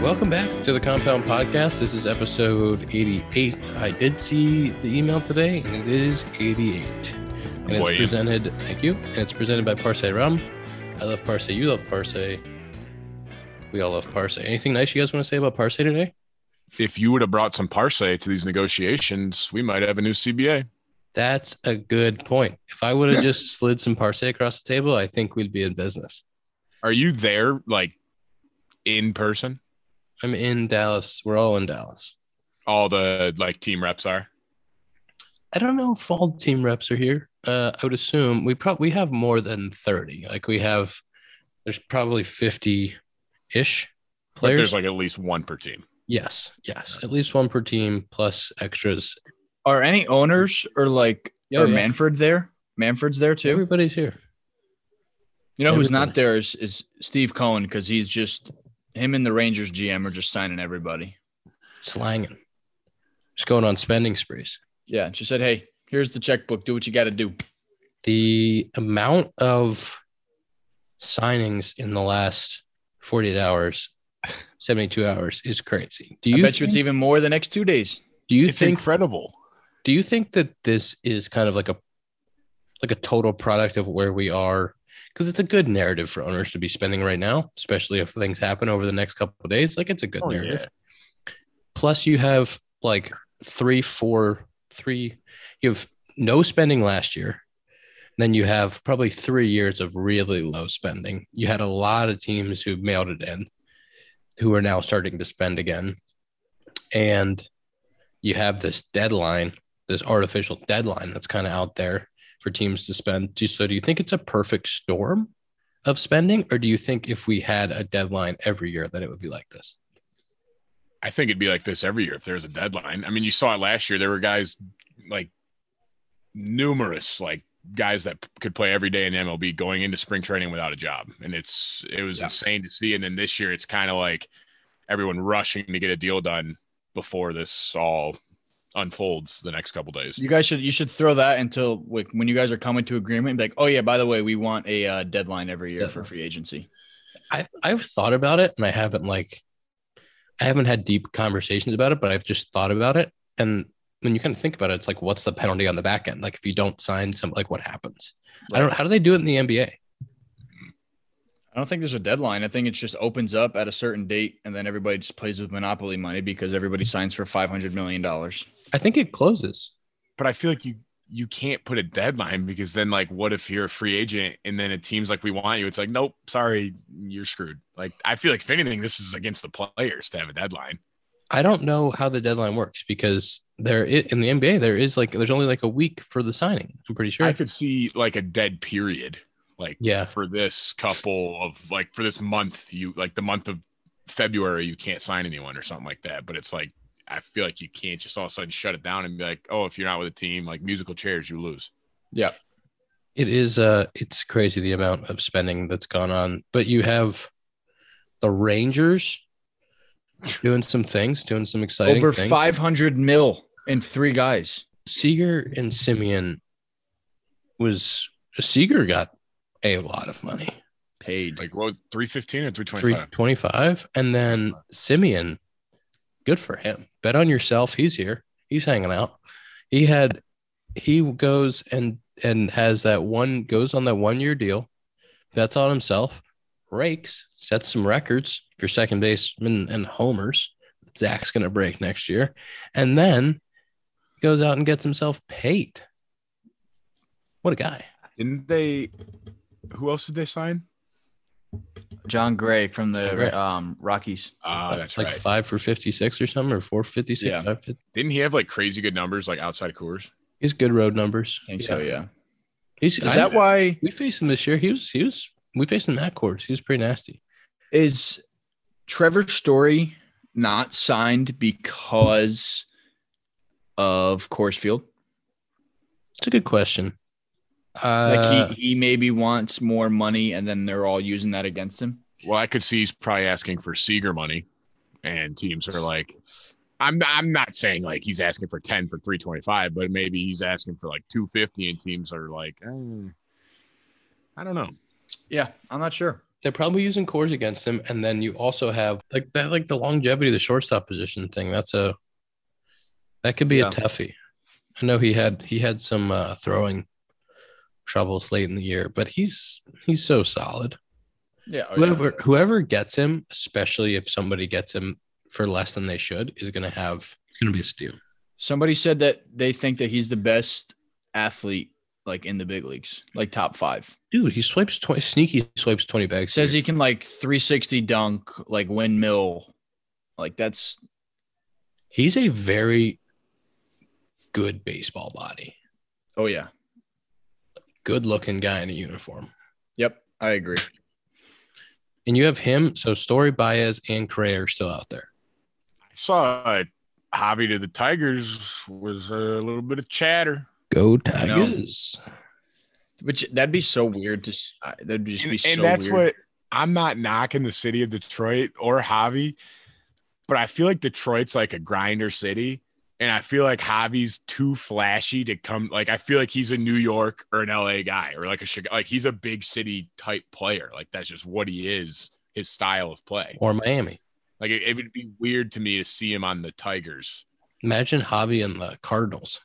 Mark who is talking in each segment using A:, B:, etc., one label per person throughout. A: Welcome back to the Compound Podcast. This is episode 88. I did see the email today, and it is 88. And it's
B: Boy.
A: presented, thank you. And it's presented by Parse Rum. I love Parse. You love Parse. We all love Parse. Anything nice you guys want to say about Parse today?
B: if you would have brought some parse to these negotiations, we might have a new CBA.
A: That's a good point. If I would have just slid some Parse across the table, I think we'd be in business.
B: Are you there, like in person?
A: I'm in Dallas. We're all in Dallas.
B: All the like team reps are.
A: I don't know if all team reps are here. Uh, I would assume we probably have more than 30. Like we have, there's probably 50 ish
B: But
A: players.
B: there's like at least one per team.
A: yes, yes. At least one per team plus extras.
C: Are any owners or like
A: Yeah,
C: or
A: yeah.
C: Manfred there? Manfred's there too.
A: Everybody's here.
C: You know who's
A: everybody.
C: not there is, is Steve Cohen because he's just him and the Rangers GM are just signing everybody.
A: Slanging. Just going on spending sprees.
C: Yeah, she said, "Hey, here's the checkbook. Do what you got to do."
A: The amount of signings in the last 48 hours, 72 hours is crazy. Do
C: I
A: you
C: bet you
A: think-
C: it's even more the next two days.
A: do you
B: It's
A: think
B: incredible.
A: do you think that this is kind of like a like a total product of where we are because it's a good narrative for owners to be spending right now especially if things happen over the next couple of days like it's a good
B: Oh,
A: narrative
B: yeah.
A: plus you have like three four three you have no spending last year then you have probably three years of really low spending you had a lot of teams who mailed it in who are now starting to spend again and you have this deadline this artificial deadline that's kind of out there for teams to spend Do- so do you think it's a perfect storm of spending or do you think if we had a deadline every year that it would be like this
B: I think it'd be like this every year if there's a deadline. I mean, you saw it last year. There were guys like numerous, like guys that p- could play every day in MLB going into spring training without a job. And it's, it was
A: Yeah.
B: insane to see. And then this year, it's kind of like everyone rushing to get a deal done before this all unfolds the next couple days.
C: You guys should you should throw that until like when you guys are coming to agreement. and be like, oh yeah, by the way, we want a uh, deadline every year for
A: Deadline.
C: free agency.
A: I, I've thought about it and I haven't like I haven't had deep conversations about it, but I've just thought about it. And when you kind of think about it, it's like what's the penalty on the back end? Like if you don't sign some like what happens? I don't how do they do it in the NBA?
C: I don't think there's a deadline. I think it just opens up at a certain date, and then everybody just plays with monopoly money because everybody signs for five hundred million dollars.
A: I think it closes.
B: but I feel like you you can't put a deadline because then like what if you're a free agent and then it team's like we want you it's like nope sorry you're screwed like I feel like if anything this is against the players to have a deadline
A: I don't know how the deadline works because there i- in the NBA there is like there's only like a week for the signing. I'm pretty sure.
B: I could see like a dead period like
A: Yeah.
B: for this couple of like for this month you like the month of February you can't sign anyone or something like that but it's like I feel like you can't just all of a sudden shut it down and be like oh if you're not with a team like musical chairs you lose
A: It is uh it's crazy the amount of spending that's gone on. But you have the Rangers doing some things, doing some exciting
C: Over
A: things.
C: five hundred mil in three guys.
A: Seager and Simeon was Seager got a lot of money,
C: Paid.
B: like what 315 or 325
A: 325. And then Simeon, good for him. Bet on yourself. He's here. He's hanging out. He had he goes and and has that one goes on that one year deal, bets on himself, rakes, sets some records for second baseman and homers. Zach's gonna break next year. And then goes out and gets himself paid. What a guy.
B: didn't they who else did they sign
C: John Gray from the
A: Gray.
C: um, Rockies.
B: Ah, that's
A: like
B: right.
A: five for 56 or something, or four fifty six.
C: Yeah.
B: Didn't he have like crazy good numbers like outside of Coors?
A: He's good road numbers.
C: I think so. Yeah.
A: He's,
C: Is
A: I-
C: that why?
A: we faced him this year? He was, he was, we faced him at course. He was pretty nasty.
C: Is Trevor Story not signed because of Coors Field?
A: It's a good question. Uh,
C: Like he, he maybe wants more money, and then they're all using that against him.
B: Well, I could see he's probably asking for Seager money, and teams are like, I'm not, I'm not saying like he's asking for ten for three twenty five, but maybe he's asking for like two fifty, and teams are like, eh, I don't know.
C: Yeah, I'm not sure.
A: they're probably using cores against him, and then you also have like that, like the longevity, of the shortstop position thing. That's a that could be
C: Yeah.
A: a toughie. I know he had he had some uh, throwing troubles late in the year, but he's he's so solid.
C: Yeah. oh, yeah.
A: whoever whoever gets him, especially if somebody gets him for less than they should, is gonna have it's gonna be a steal.
C: Somebody said that they think that he's the best athlete like in the big leagues, like top five.
A: Dude, he swipes twenty sneaky swipes twenty bags.
C: Says he can like 360 dunk, like windmill. Like that's
A: he's a very good baseball body,
C: oh yeah.
A: good looking guy in a uniform.
C: Yep. I agree.
A: And you have him, so Story Baez and Correa are still out there.
B: I saw uh, Javi to the Tigers was a little bit of chatter.
A: Go
C: Tigers. Which that'd be so weird to s- I- that'd just
B: and,
C: be so
B: and that's
C: weird.
B: what I'm not knocking the city of Detroit or Javi, but I feel like Detroit's like a grinder city, and I feel like Javi's too flashy to come. Like I feel like he's a New York or an LA guy or like a Chicago. Like he's a big city type player. Like that's just what he is. His style of play.
A: Or Miami.
B: Like it, it would be weird to me to see him on the Tigers.
A: Imagine Javi and the Cardinals.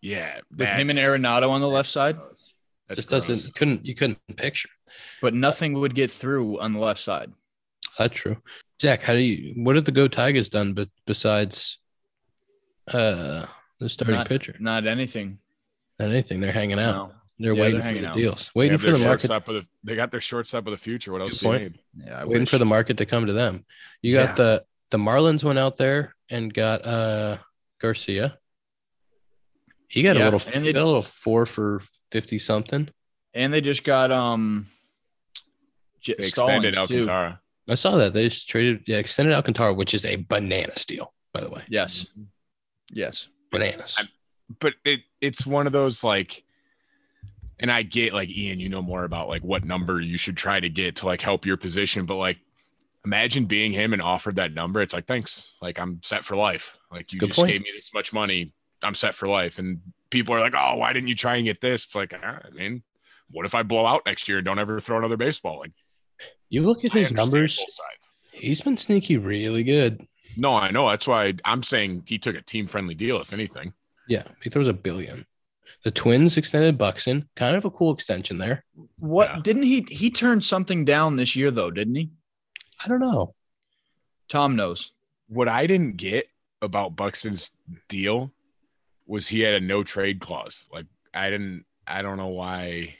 B: Yeah,
C: with him and
B: that's-
C: Arenado on the left side,
B: that's
A: Just
B: gross.
A: doesn't you couldn't you couldn't picture.
C: but nothing would get through on the left side.
A: That's true. Zach, how do you what have the Go Tigers done but besides uh the starting pitcher?
C: Not anything.
A: Not anything. They're hanging out.
C: No.
A: They're
C: Yeah,
A: waiting
C: they're
A: for
C: hanging
A: the
C: out.
A: deals.
B: They
A: Waiting
B: have
A: for
B: their
A: the market
B: shortstop of the, they got their shortstop of the future. What else
A: Good
B: do you
A: point.
B: need?
C: Yeah. I
A: waiting
C: wish.
A: for the market to come to them. You got
C: Yeah.
A: the the Marlins went out there and got uh Garcia. He got
C: Yeah,
A: a little
C: and
A: he
C: they-
A: got a little four for fifty something.
C: and they just got um J-
B: They extended
C: Stallings, too.
B: Alcantara.
A: I saw that they just traded yeah, extended Alcantara, which is a banana steal, by the way.
C: Yes. Yes.
A: Bananas.
B: I- but it it's one of those like and I get like Ian, you know more about like what number you should try to get to like help your position, but like imagine being him and offered that number. It's like thanks. Like I'm set for life. Like you
A: Good
B: just
A: point.
B: gave me this much money. I'm set for life. And people are like, Oh, why didn't you try and get this? It's like, ah, I mean, what if I blow out next year and don't ever throw another baseball? Like
A: you look at
B: I
A: his
B: understand
A: numbers,
B: both sides.
A: he's been sneaky really good.
B: No, I know. That's why I'm saying he took a team friendly deal, if anything.
A: Yeah, he throws a billion. The twins extended Buxton, kind of a cool extension there.
C: What
B: Yeah.
C: didn't he he turned something down this year though, didn't he?
A: I don't know.
C: Tom knows.
B: what I didn't get about Buxton's deal was he had a no trade clause. Like I didn't, I don't know why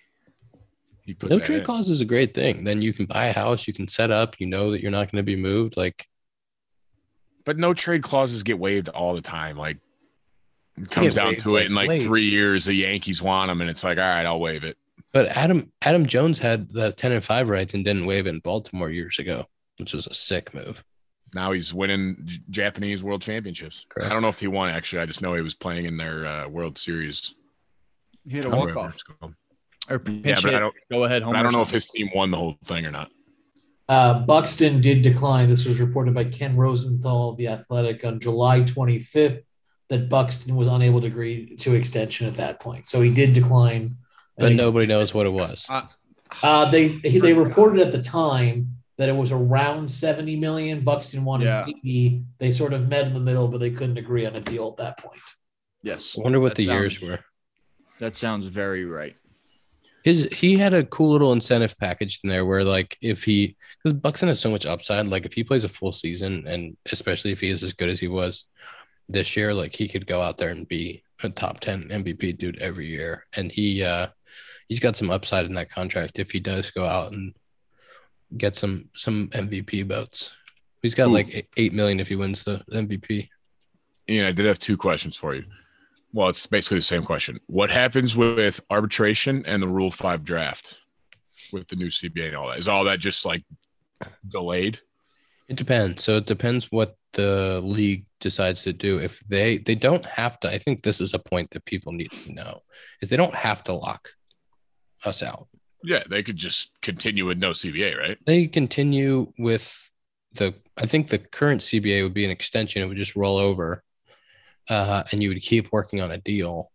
B: he put
A: No
B: that
A: trade
B: in.
A: clause is a great thing. Then you can buy a house, you can set up, you know that you're not going to be moved. Like
B: But no trade clauses get waived all the time. Like it comes
A: get
B: down
A: waived,
B: to
A: like,
B: it, in like
A: late.
B: three years, the Yankees want him, and it's like, all right, I'll waive it.
A: but Adam Adam Jones had the 10 and 5 rights and didn't waive it in Baltimore years ago, which was a sick move.
B: Now he's winning J- Japanese World Championships.
A: Correct.
B: I don't know if he won actually. I just know he was playing in their uh, World Series.
C: He had a
A: Tom
C: walk
B: whatever
C: off
B: it's called. Yeah,
C: or pinch
B: but I
C: hit.
B: don't.
C: Go ahead,
B: but
C: home.
B: I don't know if his team won the whole thing or not.
D: Uh, Buxton did decline. This was reported by Ken Rosenthal of The Athletic on July 25th that Buxton was unable to agree to extension at that point. So he did decline.
A: But
D: an
A: nobody knows
D: extension.
A: what it was.
D: Uh, they they reported at the time that it was around 70 million. Buxton wanted
C: Yeah.
D: 80. They sort of met in the middle, but they couldn't agree on a deal at that point.
C: Yes.
A: I wonder what
C: That
A: the years
C: sounds-
A: were.
C: That sounds very right.
A: His he had a cool little incentive package in there where like if he because Buxton has so much upside, like if he plays a full season and especially if he is as good as he was this year, like he could go out there and be a top ten MVP dude every year. And he uh he's got some upside in that contract if he does go out and get some some MVP votes. He's got
B: Ooh.
A: like eight- eight million if he wins the MVP.
B: Ian, I did have two questions for you. Well, it's basically the same question. What happens with arbitration and the Rule Five draft with the new CBA and all that? Is all that just like delayed?
A: It depends. So it depends what the league decides to do. If they they don't have to, I think this is a point that people need to know is they don't have to lock us out.
B: Yeah, they could just continue with no CBA, right?
A: They continue with the I think the current CBA would be an extension. It would just roll over, uh, and you would keep working on a deal.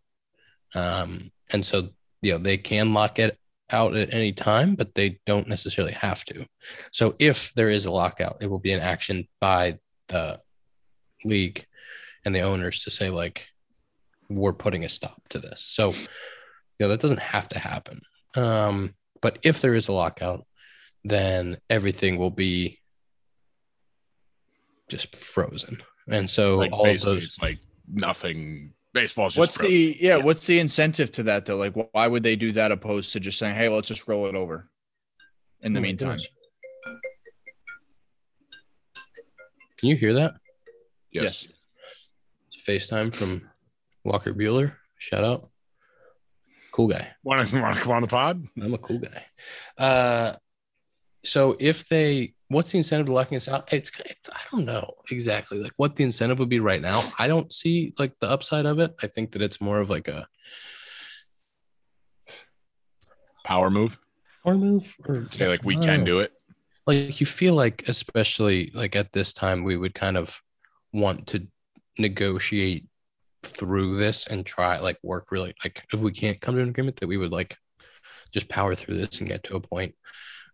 A: Um, and so you know they can lock it out at any time, but they don't necessarily have to. So if there is a lockout, it will be an action by the league and the owners to say like we're putting a stop to this. So you know that doesn't have to happen. Um, but if there is a lockout, then everything will be just frozen. And so
B: like
A: all of
B: basically,
A: those
B: it's like nothing. Baseball's just
C: What's
B: frozen.
C: the yeah, What's the incentive to that though? Like, wh- why would they do that opposed to just saying, "Hey, let's just roll it over"? In the
A: Oh my
C: meantime,
A: goodness. Can you hear that?
B: yes.
A: It's a FaceTime from Walker Bueller. Shout out. Cool guy.
B: Want to want to come on the pod?
A: I'm a cool guy. Uh, so if they, what's the incentive to locking us out? It's, it's, I don't know exactly like what the incentive would be right now. I don't see like the upside of it. I think that it's more of like a
B: Power move.
A: power move or
B: Say like we
A: uh,
B: can do it.
A: like you feel like especially like at this time we would kind of want to negotiate through this and try like work really like if we can't come to an agreement that we would like just power through this and get to a point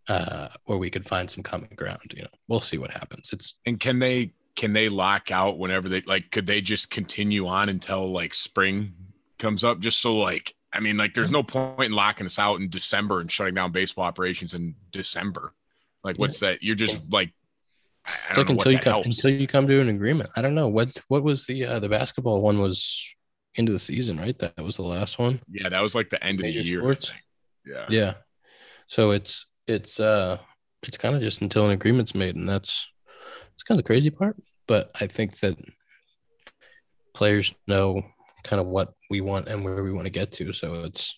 A: uh where we could find some common ground you know we'll see what happens it's
B: And can they can they lock out whenever they like? Could they just continue on until like spring comes up? Just so like I mean, like there's no point in locking us out in December and shutting down baseball operations in December. Like what's that? You're just like I I
A: it's like
B: don't know
A: until you
B: what that
A: come
B: helps.
A: until you come to an agreement i don't know what what was the uh, the basketball one was into the season right that was the last one
B: yeah, that was like the end of the
A: Major
B: year. I
A: sports.
B: think. Yeah.
A: yeah so it's it's uh it's kind of just until an agreement's made and that's it's kind of the crazy part but i think that players know kind of what we want and where we want to get to so it's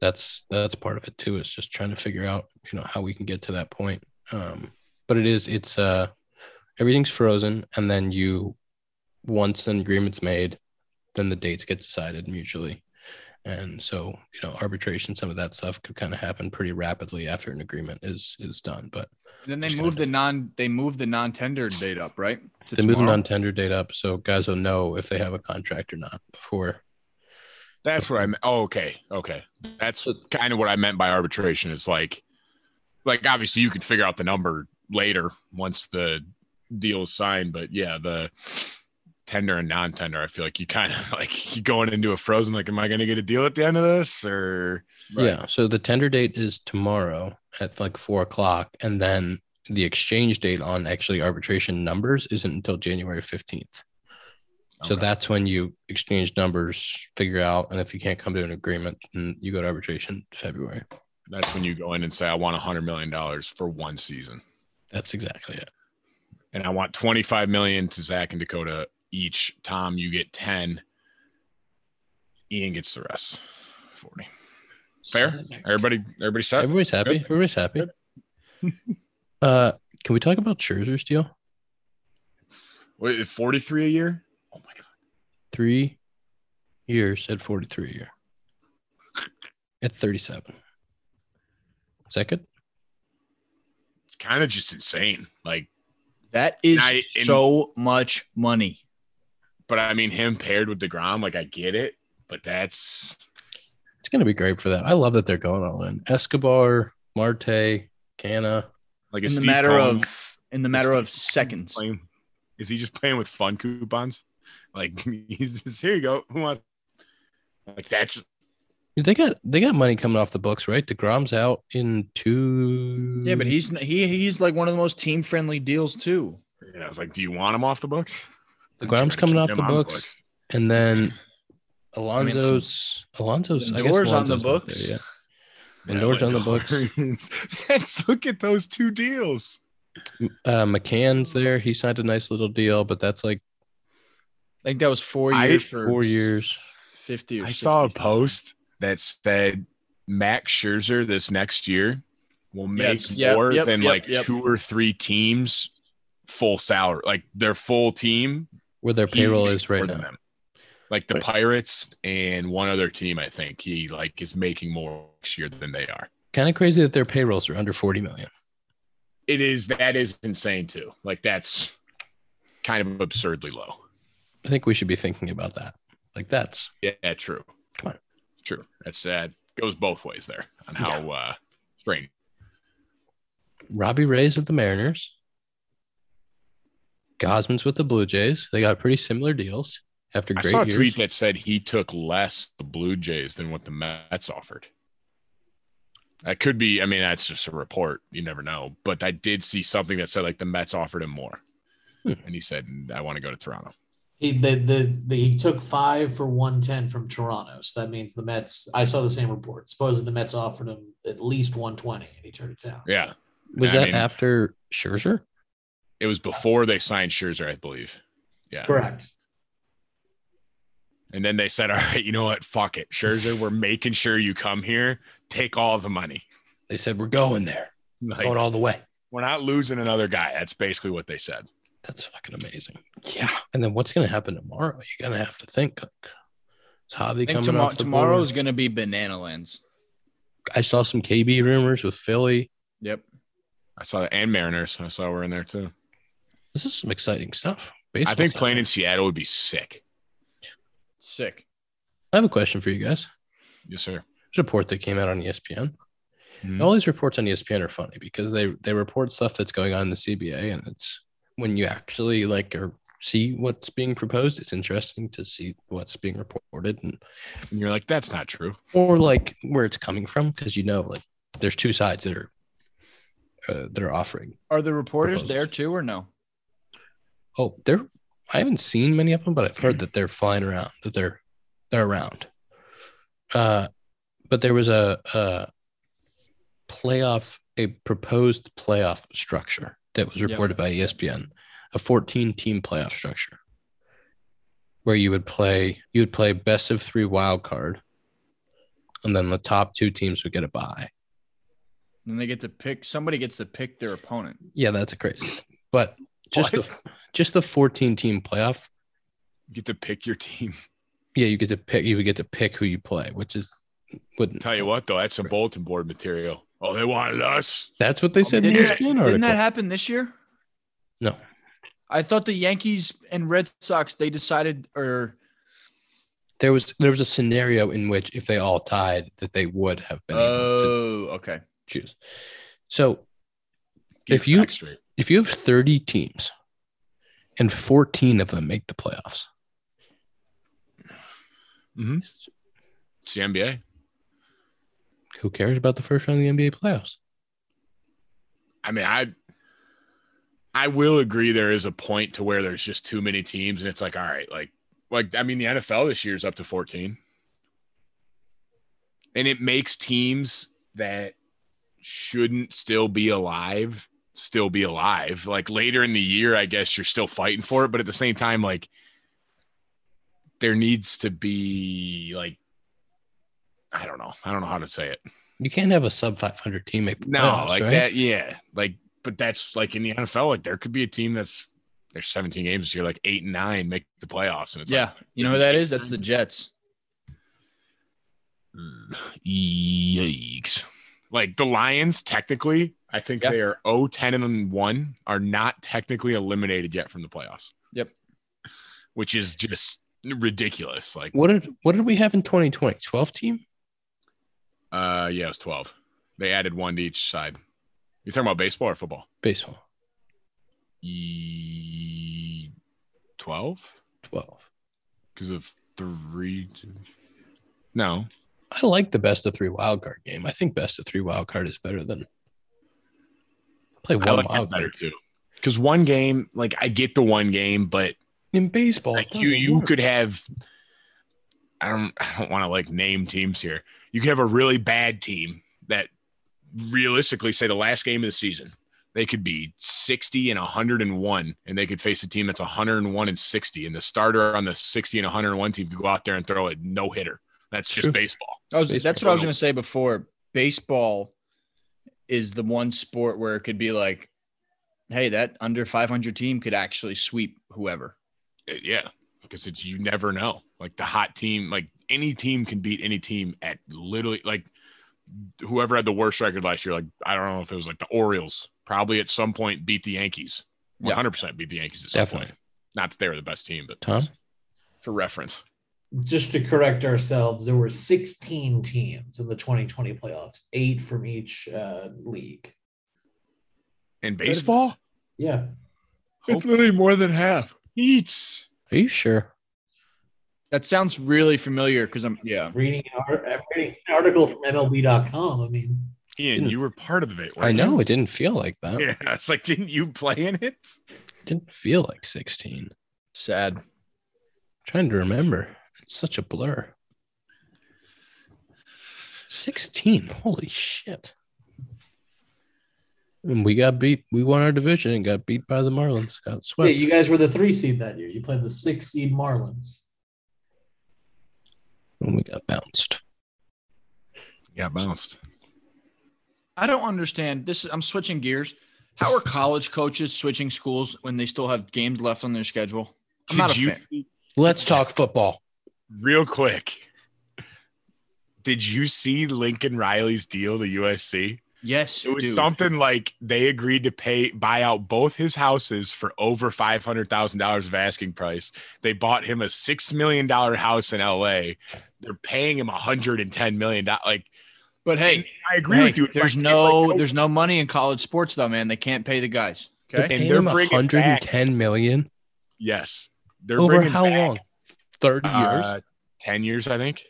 A: that's that's part of it too is just trying to figure out you know how we can get to that point um but it is it's uh everything's frozen and then you once an agreement's made then the dates get decided mutually and so you know arbitration some of that stuff could kind of happen pretty rapidly after an agreement is is done but
C: then they
A: Just
C: move
A: kinda-
C: the non they move the non tender date up, right? To
A: they move the
C: tomorrow?
A: non-tender date up so guys will know if they have a contract or not before
B: That's what I meant. Oh, okay. Okay. That's kind of what I meant by arbitration. Is like, like obviously you can figure out the number later once the deal is signed, but yeah, the tender and non-tender, I feel like you kind of like you going into a frozen. Like, am I going to get a deal at the end of this? Or Right.
A: yeah so the tender date is tomorrow at like four o'clock and then the exchange date on actually arbitration numbers isn't until january 15th So
B: Okay.
A: that's when you exchange numbers, figure out, and if you can't come to an agreement, and you go to arbitration February.
B: that's when you go in and say, I want a hundred million dollars for one season,
A: That's exactly it.
B: and I want twenty-five million to Zach and Dakota each. Tom, you get ten. Ian gets the rest. Forty. Fair. Everybody, everybody set.
A: Everybody's happy.
B: Good.
A: Everybody's happy. uh, can we talk about Scherzer's deal?
B: Wait, 43 a year? Oh my god.
A: Three years at forty-three a year. At thirty-seven. Is that good?
B: It's kind of just insane. Like,
C: That is
B: I- and-
C: so much money.
B: but I mean him paired with DeGrom, like I get it, but that's
A: It's gonna be great for that. I love that they're going all in. Escobar, Marte, Canna.
B: like
C: In
B: is
C: the
B: Steve
C: matter
B: Cohen
C: of in the matter of seconds.
B: playing is he just playing with fun coupons? Like he's just here you go. Who wants like that's
A: They got they got money coming off the books, right? Degrom's out in two.
C: Yeah, but he's he he's like one of the most team friendly deals too.
B: yeah, I was like, Do you want him off the books?
A: DeGrom's
B: Trying to
A: coming
B: keep
A: off
B: him
A: the
B: on
A: books, and then Alonzo's Alonzo's I guess
E: Lindor's on the
A: Alonzo's not there
E: books.
A: yet. Lindor's on the books.
B: books. Let's look at those two deals.
A: Uh, McCann's there. He signed a nice little deal, but that's like
C: I think that was four
B: I-
C: years for
A: four years.
C: fifty. Or
B: I saw a
C: 60.
B: post that said Max Scherzer this next year will make
C: Yes, yep,
B: more
C: yep,
B: than
C: yep,
B: like
C: yep.
B: two or three teams full salary, like their full team.
A: Where their
B: he
A: payroll
B: makes
A: is right
B: more than
A: now.
B: them. Like the
A: Right.
B: Pirates and one other team, I think he like is making more next year than they are.
A: Kind of crazy that their payrolls are under 40 million.
B: It is that is insane too. Like that's kind of absurdly low.
A: I think we should be thinking about that. Like that's
B: Yeah, true.
A: Come on.
B: True. That's that goes both ways there on how uh strange.
A: Robbie Ray's with the Mariners. Gosman's with the Blue Jays. They got pretty similar deals after
B: I
A: great
B: saw a
A: years.
B: tweet that said he took less the Blue Jays than what the Mets offered. That could be, I mean, that's just a report. You never know. But I did see something that said like the Mets offered him more.
A: Hmm.
B: And he said, I want to go to Toronto.
D: He the, the the he took five for one ten from Toronto, so that means the Mets. I saw the same report. Supposedly the Mets offered him at least one twenty, and he turned it down.
B: Yeah.
A: was
B: I
A: that
B: mean,
A: after Scherzer?
B: It was before they signed Scherzer, I believe. Yeah.
D: correct.
B: And then they said, All right, you know what? Fuck it. Scherzer, we're making sure you come here. Take all the money.
A: They said we're going there,
B: Like,
A: going all the way.
B: we're not losing another guy. That's basically what they said.
A: That's fucking amazing. Yeah. And then what's gonna happen tomorrow? You're gonna have to think. Like, is
C: I
A: Javi
C: think
A: coming
C: tomorrow,
A: off the
C: tomorrow
A: board?
C: is going to be banana lands.
A: I saw some KB rumors with Philly.
C: Yep.
B: I saw that and Mariners. I saw we're in there too.
A: This is some exciting stuff. Baseball
B: I think
A: stuff.
B: playing in Seattle would be sick.
C: Sick.
A: I have a question for you guys.
B: Yes, sir.
A: There's a report that came out on E ESPN.
B: Mhm.
A: All these reports on E ESPN are funny because they they report stuff that's going on in the CBA, and it's when you actually like or see what's being proposed. It's interesting to see what's being reported and
B: And you're like, that's not true.
A: or like where it's coming from because you know like there's two sides that are uh, that are offering.
C: Are the reporters
A: Proposals.
C: there too or no?
A: Oh, they're I haven't seen many of them, but I've heard that they're flying around, that they're they're around. Uh, but there was a, a playoff, a proposed playoff structure that was
C: Yep.
A: reported by E ESPN, a 14 team playoff structure where you would play you would play best of three wild card, and then the top two teams would get a bye.
C: And they get to pick. Somebody gets to pick their opponent.
A: Yeah, that's a crazy. But just
B: What?
A: the just the 14 team playoff
B: You get to pick your team.
A: yeah, you get to pick. You would get to pick who you play, which is wouldn't
B: Tell you what, though, that's some bulletin board material. Oh, they wanted us.
A: That's what they said in E the
C: Oh, Didn't-
A: ESPN article.
C: Didn't that happen this year?
A: no,
C: I thought the Yankees and Red Sox they decided or
A: there was there was a scenario in which if they all tied, that they would have been able to
C: oh okay
A: choose. So
B: Get
A: If
B: your
A: you-
B: facts straight.
A: if you have 30 teams, and 14 of them make the playoffs,
B: Mhm. it's the NBA.
A: who cares about the first round of the NBA playoffs?
B: I mean, I I will agree there is a point to where there's just too many teams, and it's like, all right, like like I mean, the NFL this year is up to 14. And it makes teams that shouldn't still be alive still be alive. Like later in the year, I guess you're still fighting for it, but at the same time, like there needs to be like I don't know. I don't know how to say it.
A: You can't have a sub 500 team make the
B: No,
A: playoffs,
B: like
A: right?
B: that. Yeah, like, but that's like in the NFL. Like, there could be a team that's there's 17 games this year, like eight and nine make the playoffs, and it's
C: yeah you know who that is that's the Jets
B: like, "Mm, yikes. Like the Lions, technically, I think
C: Yeah.
B: they are 0 10 and 1, are not technically eliminated yet from the playoffs.
C: Yep.
B: Which is just ridiculous. Like,
A: What did what did we have in 2020? 12 team?
B: uh, yeah, it was 12. They added one to each side. You're talking about baseball or football?
A: Baseball.
B: E- 12?
A: 12.
B: because of three. No,
A: I like the best of three wild card game. I think best of three wild card is better than play one
B: I like that
A: wild
B: better
A: card
B: too. Because one game, like Oh, I get the one game, but
A: in baseball.
B: like,
A: it
B: you
A: doesn't
B: you
A: work.
B: could have I don't I don't want to like name teams here. You could have a really bad team that realistically say the last game of the season they could be 60 and 101 and they could face a team that's 101 and 60 and the starter on the 60 and 101 team could go out there and throw a no hitter. That's just
A: True.
B: baseball.
C: I was, that's what I was
B: Baseball.
C: going to say before. Baseball is the one sport where it could be like, hey, that under 500 team could actually sweep whoever.
B: Uh, Yeah, because it's you never know. Like the hot team, like any team can beat any team at literally like whoever had the worst record last year. Like I don't know if it was like the Orioles probably at some point beat the Yankees.
C: Yeah.
B: 100 percent beat the Yankees at some
A: Definitely.
B: point. Not that they were the best team, but
A: Tom?
B: for reference,
D: Just to correct ourselves, there were 16 teams in the 2020 playoffs, eight from each uh, league.
B: in baseball,
D: Yeah.
B: it's literally more than half. Eats.
A: Are you sure?
C: That sounds really familiar because I'm, yeah.
D: Reading an, art- I'm reading an article from MLB.com. I mean,
B: Ian, you were part of it.
A: I
B: weren't
A: know
B: you?
A: it didn't feel like that.
B: Yeah, it's like, didn't you play in it?
A: didn't feel like 16.
C: Sad.
A: trying to remember. It's such a blur. 16. Holy shit. And we got beat. We won our division and got beat by the Marlins. Got
D: yeah,
A: swept.
D: you guys were the three seed that year. You played the six seed Marlins.
A: and we got bounced.
B: Yeah, bounced.
C: I don't understand. This is, I'm switching gears. How are college coaches switching schools when they still have games left on their schedule? I'm not
B: Did
C: a
B: you
C: fan.
A: Let's talk football.
B: real quick? Did you see Lincoln Riley's deal to USC?
C: Yes.
B: It was
C: dude.
B: something like they agreed to pay buy out both his houses for over five hundred thousand dollars of asking price. They bought him a six million dollar house in LA. They're paying him hundred and ten million dollars. Like
C: But hey,
B: I agree
C: hey,
B: with you.
C: There's
B: Like, oh,
C: no,
B: like,
C: there's no money in college sports though, man. They can't pay the guys. Okay.
B: And
A: And
B: they're
A: they're
B: bringing
A: hundred and
B: back-
A: ten million
B: yes. They're
A: over
B: bringing
A: how
B: back,
A: long? 30 years.
B: uh, Ten years, I think.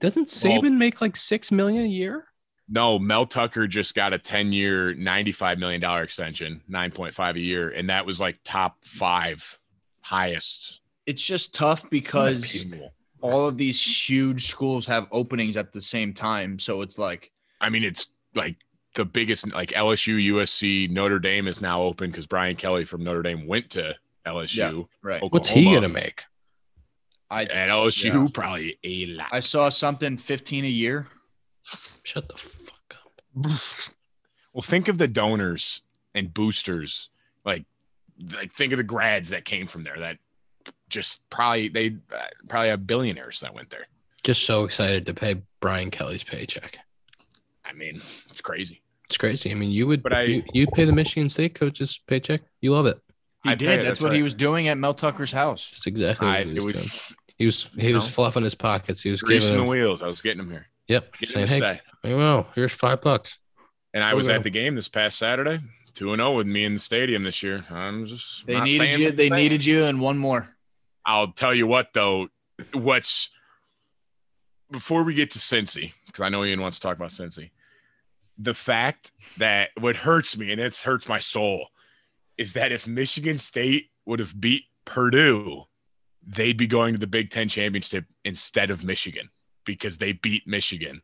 A: Doesn't
B: well-
A: Saban make like 6 million a year?
B: No, Mel Tucker just got a 10 year, $95 million extension, 9.5 a year. And that was like top five highest.
C: It's just tough because
B: annual.
C: all of these huge schools have openings at the same time. So it's like,
B: I mean, it's like the biggest, like LSU, USC, Notre Dame is now open because Brian Kelly from Notre Dame went to LSU.
C: right.
B: Oklahoma.
A: What's he going to make?
C: I
B: At LSU,
C: Yeah.
B: probably a lot.
C: I saw something 15 a year.
A: Shut the fuck up.
B: well, think of the donors and boosters. Like, like think of the grads that came from there that just probably, they uh, probably have billionaires that went there.
A: Just so excited to pay Brian Kelly's paycheck.
B: I mean, it's crazy.
A: It's crazy. I mean, you would,
B: But I-
A: you, you'd pay the Michigan State coach's paycheck. You love it.
C: He
B: I
C: did.
B: pay it,
C: that's,
B: that's
C: what he
B: right.
C: was doing at Mel Tucker's house.
A: That's exactly what
B: I,
A: he was.
B: it
A: doing.
B: was
A: he was, he
B: you
A: was
B: know?
A: fluffing his pockets. He was
B: greasing
A: giving
B: the
A: him,
B: wheels. I was getting them here.
A: yep, saying,
B: Getting them
A: "Hey,
B: today.
A: you know, here's five bucks."
B: And I
A: here we
B: was
A: go.
B: at the game this past Saturday, 2 0 with me in the stadium this year. I'm just.
C: They
B: not
C: needed
B: saying
C: you.
B: what
C: They
B: I'm saying.
C: needed you and one more.
B: I'll tell you what, though. What's. Before we get to Cincy, because I know Ian wants to talk about Cincy, the fact that what hurts me and it's hurts my soul is that if Michigan State would have beat Purdue, they'd be going to the Big Ten championship instead of Michigan because they beat Michigan,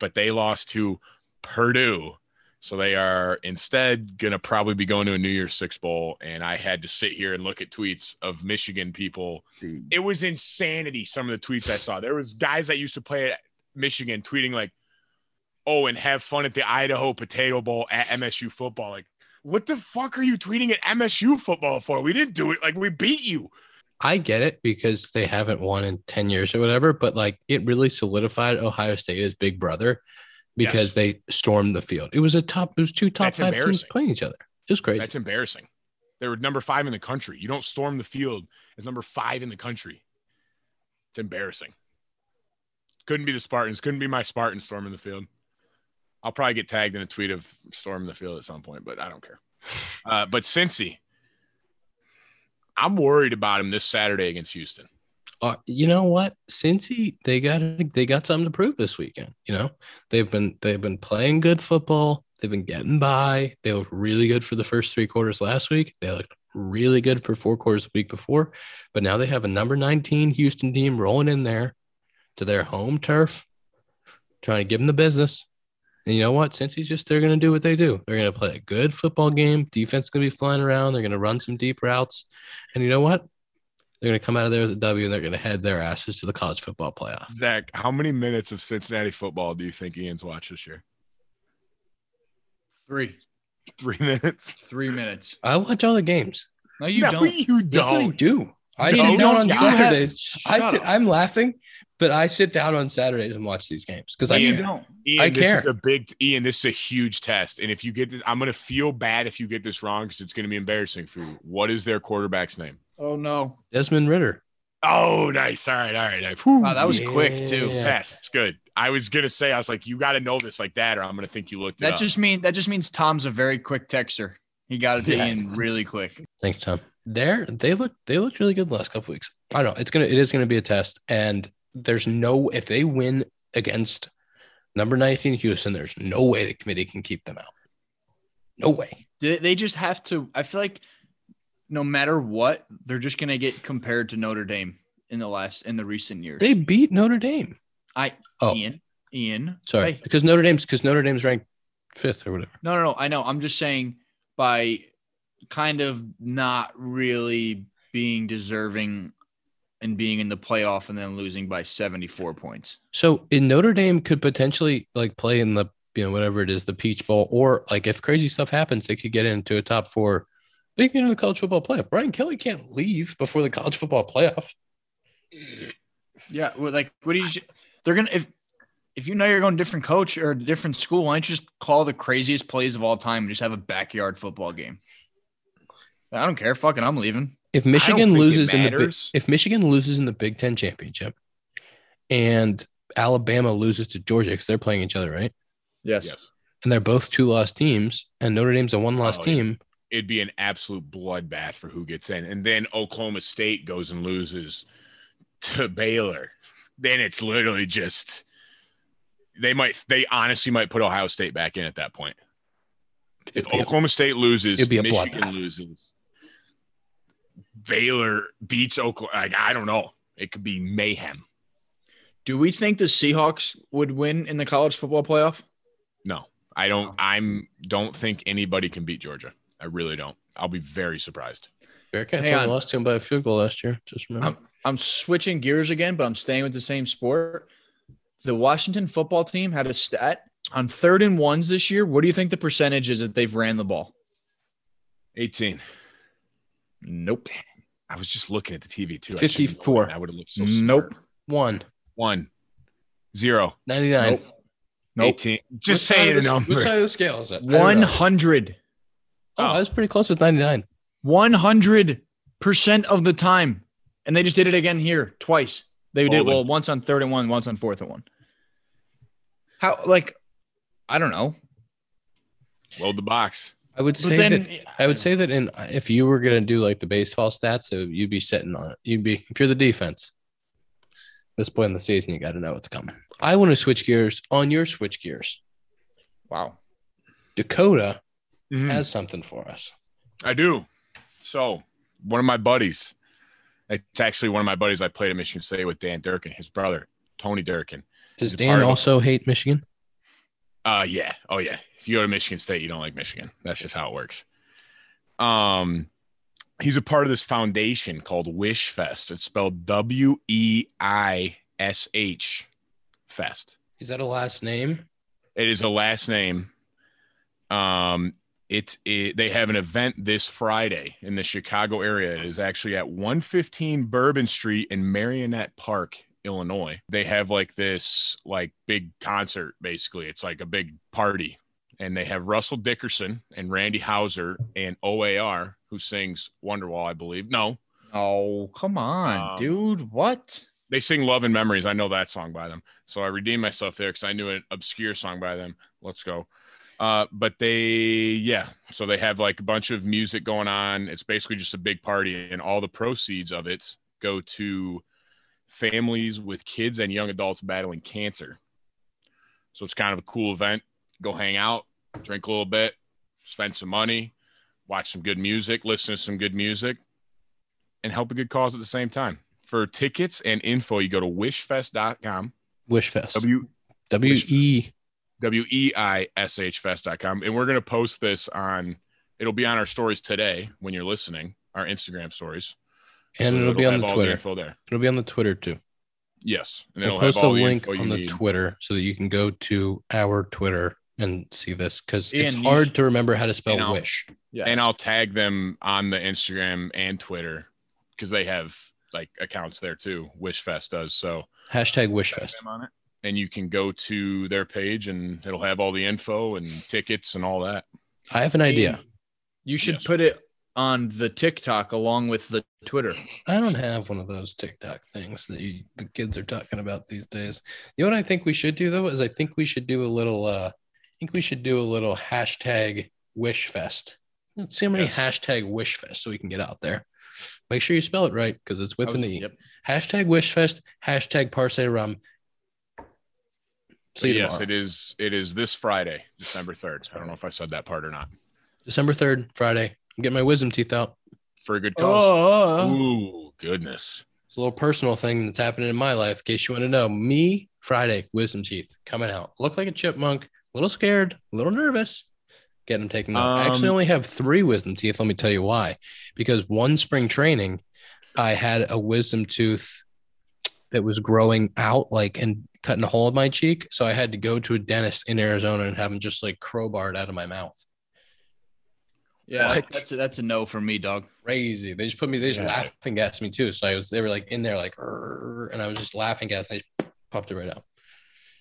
B: but they lost to Purdue. So they are instead going to probably be going to a New Year's Six Bowl. And I had to sit here and look at tweets of Michigan people. It was insanity, some of the tweets I saw. There was guys that used to play at Michigan tweeting like, oh, and have fun at the Idaho Potato Bowl at MSU football. Like, what the fuck are you tweeting at MSU football for? We didn't do it. Like, we beat you.
A: I get it because they haven't won in ten years or whatever, but like it really solidified Ohio State as big brother because
B: Yes.
A: they stormed the field. It was a top. It was two top
B: That's
A: five teams
B: embarrassing.
A: playing each other. It was crazy.
B: That's embarrassing. They were number five in the country. You don't storm the field as number five in the country. It's embarrassing. Couldn't be the Spartans. Couldn't be my Spartans storming the field. I'll probably get tagged in a tweet of storming the field at some point, but I don't care. Uh, but Cincy, I'm worried about him this Saturday against Houston.
A: Uh, you know what? Cincy, they got they got something to prove this weekend. You know, they've been they've been playing good football. They've been getting by. They looked really good for the first three quarters last week. They looked really good for four quarters the week before, but now they have a number 19 Houston team rolling in there to their home turf, trying to give them the business. And you know what? Since he's just, they're going to do what they do. They're going to play a good football game. Defense going to be flying around. They're going to run some deep routes. And you know what? They're going to come out of there with a W and they're going to head their asses to the college football playoff.
B: Zach, how many minutes of Cincinnati football do you think Ian's watched this year?
C: Three,
B: Three minutes.
C: three minutes.
A: I watch all the games.
C: No, you
B: No,
C: don't.
B: You
A: Yes, I
B: don't.
A: do. I
B: No,
A: sit down on
B: you
C: have-
A: Saturdays. I
C: Shut
A: sit,
C: up.
A: I'm laughing, but I sit down on Saturdays and watch these games because I
C: you
B: Ian,
A: care.
C: don't.
B: Ian,
A: I
B: this
A: care.
B: is a big Ian. This is a huge test, and if you get this, I'm gonna feel bad if you get this wrong because it's gonna be embarrassing for you. What is their quarterback's name?
C: Oh no.
A: Desmond Ritter.
B: Oh, nice. All right, all right. I- whew.
C: Wow, that was
A: Yeah.
C: quick too.
B: Yes, it's good. I was gonna say, I was like, you got to know this like that, or I'm gonna think you looked it
C: That
B: up.
C: just mean that just means Tom's a very quick texter. He got it to
A: Yeah.
C: Ian really quick.
A: Thanks, Tom. There, they look they looked really good the last couple weeks. I don't know. It's gonna it is gonna be a test, and there's no if they win against number 19 Houston, there's no way the committee can keep them out. No way.
C: They, they just have to. I feel like no matter what, they're just gonna get compared to Notre Dame in the last in the recent years.
A: They beat Notre Dame.
C: I
A: Oh,
C: Ian, Ian.
A: sorry,
C: Hey.
A: because Notre Dame's because Notre Dame's ranked fifth or whatever.
C: No, no, no. I know. I'm just saying by kind of not really being deserving and being in the playoff and then losing by 74 points.
A: So in Notre Dame could potentially like play in the you know whatever it is the Peach Bowl or like if crazy stuff happens they could get into a top four. They can get into the college football playoff. Brian Kelly can't leave before the college football playoff.
C: Yeah, well, like what do you? They're gonna if if you know you're going to different coach or a different school, why don't you just call the craziest plays of all time and just have a backyard football game? I don't care. Fucking, I'm leaving.
A: If
B: think
A: Michigan
B: it
A: loses in the Bi-
B: matters.
A: if Michigan loses in the Big Ten championship, and Alabama loses to Georgia because they're playing each other, right?
C: Yes.
B: yes,
A: And they're both two loss teams, and Notre Dame's a one loss
B: Oh, yeah.
A: team.
B: it'd be an absolute bloodbath for who gets in, and then Oklahoma State goes and loses to Baylor. Then it's literally just they might they honestly might put Ohio State back in at that point. If
A: It'd be a-
B: Oklahoma State loses,
A: it'd be a
B: Michigan
A: bloodbath.
B: loses, Baylor beats Oklahoma. Like, I don't know. It could be mayhem.
C: Do we think the Seahawks would win in the college football playoff?
B: No, I don't. I'm don't think anybody can beat Georgia. I really don't. I'll be very surprised.
A: Bearcats
C: Hang
A: only
C: on.
A: lost to him by a field goal last year. Just remember.
B: Um,
C: I'm, I'm switching gears again, but I'm staying with the same sport. The Washington football team had a stat on third and ones this year. What do you think the percentage is that they've ran the ball?
B: 18.
C: Nope.
B: I was just looking at the TV too. I
A: 54.
B: should've known. I would have looked so
C: Nope.
B: smart.
A: One
B: One, zero,
A: ninety nine.
C: Nope. Nope.
B: 18. Just
A: Which side
B: saying
A: of
B: a
A: the-
B: number.
A: Which side of the scale is it? I don't
C: One
A: know.
C: hundred.
A: Oh, I was pretty close with 99.
C: 100% of the time. And they just did it again here twice. They did
B: Ballin'.
C: well once on third and one, once on fourth and one. How, like, I don't know.
B: Load the box.
A: I would
C: But
A: say
C: then
A: that I would say that in if you were gonna do like the baseball stats, so you'd be sitting on it. You'd be if you're the defense. This point in the season, you got to know what's coming. I want to switch gears on your switch gears.
C: wow.
A: Dakota
B: Mhm.
A: has something for us.
B: I do. So, one of my buddies, it's actually one of my buddies I played at Michigan State with Dan Durkin, his brother, Tony Durkin.
A: Does
B: Is it part
A: Dan
B: of-
A: also hate Michigan?
B: Uh yeah. Oh yeah. If you go to Michigan State, you don't like Michigan. That's just how it works. Um he's a part of this foundation called Wish Fest. It's spelled W E I S H Fest.
A: Is that a last name?
B: It is a last name. Um it's it, they have an event this Friday in the Chicago area. It is actually at 115 Bourbon Street in Marionette Park, Illinois. They have like this like big concert basically. It's like a big party and they have Russell Dickerson and Randy Hauser and OAR who sings Wonderwall, I believe. No,
C: Oh, come on,
B: Um,
C: dude. What?
B: they sing Love and Memories. I know that song by them. So I redeemed myself there because I knew an obscure song by them. Let's go. Uh, but they, yeah, so they have like a bunch of music going on. It's basically just a big party, and all the proceeds of it go to families with kids and young adults battling cancer. So it's kind of a cool event. Go hang out, drink a little bit, spend some money, watch some good music, listen to some good music, and help a good cause at the same time. For tickets and info, you go to wishfest.com.
A: Wishfest.
B: W
A: W E.
B: W E I S H fest.com. And we're going to post this on, it'll be on our stories today when you're listening, our Instagram stories.
A: And
B: So
A: it'll be on
B: have
A: the
B: all
A: Twitter.
B: info there.
A: It'll be on the Twitter too.
B: Yes. And
A: We'll
B: it'll
A: post
B: have
A: a
B: all the
A: link
B: info you
A: on the
B: need.
A: Twitter so that you can go to our Twitter and see this because it's
C: Ian, you should-
A: hard to remember how to spell
B: You know.
A: wish.
C: Yeah.
B: And I'll tag them on the Instagram and Twitter because they have like accounts there too. Wishfest does. So
A: Hashtag
B: tag
A: Wishfest.
B: them on it. And you can go to their page and it'll have all the info and tickets and all that.
A: I have an idea.
C: You should
B: Yes.
C: put it on the TikTok along with the Twitter.
A: I don't have one of those TikTok things that you, the kids are talking about these days. You know what I think we should do though is I think we should do a little. uh I think we should do a little hashtag Wishfest. Let's See how many
B: Yes.
A: hashtag Wishfest so we can get out there. Make sure you spell it right because it's with
C: I was-
A: an E.
C: yep.
A: Hashtag Wishfest. Hashtag Parse Rum. See you
B: yes,
A: tomorrow.
B: it is. It is this Friday, December third. I don't know if I said that part or not.
A: December 3rd, Friday. I'm getting my wisdom teeth out.
B: For a good cause.
C: Oh,
B: Ooh, goodness.
A: It's a little personal thing that's happening in my life. In case you want to know, me, Friday, wisdom teeth coming out. Look like a chipmunk, a little scared, a little nervous. Get them taken out. I actually
B: Um,
A: only have three wisdom teeth. Let me tell you why. Because one spring training, I had a wisdom tooth that was growing out, like, and cutting a hole in my cheek. So I had to go to a dentist in Arizona and have him just like crowbarred out of my mouth.
C: yeah.
B: What?
C: That's a, that's a no for me, dog.
A: crazy. They just put me, they just
B: Yeah.
A: laughing gas me too. So I was, they were like in there, like, "Rrr," and I was just laughing gas. And I just popped it right out.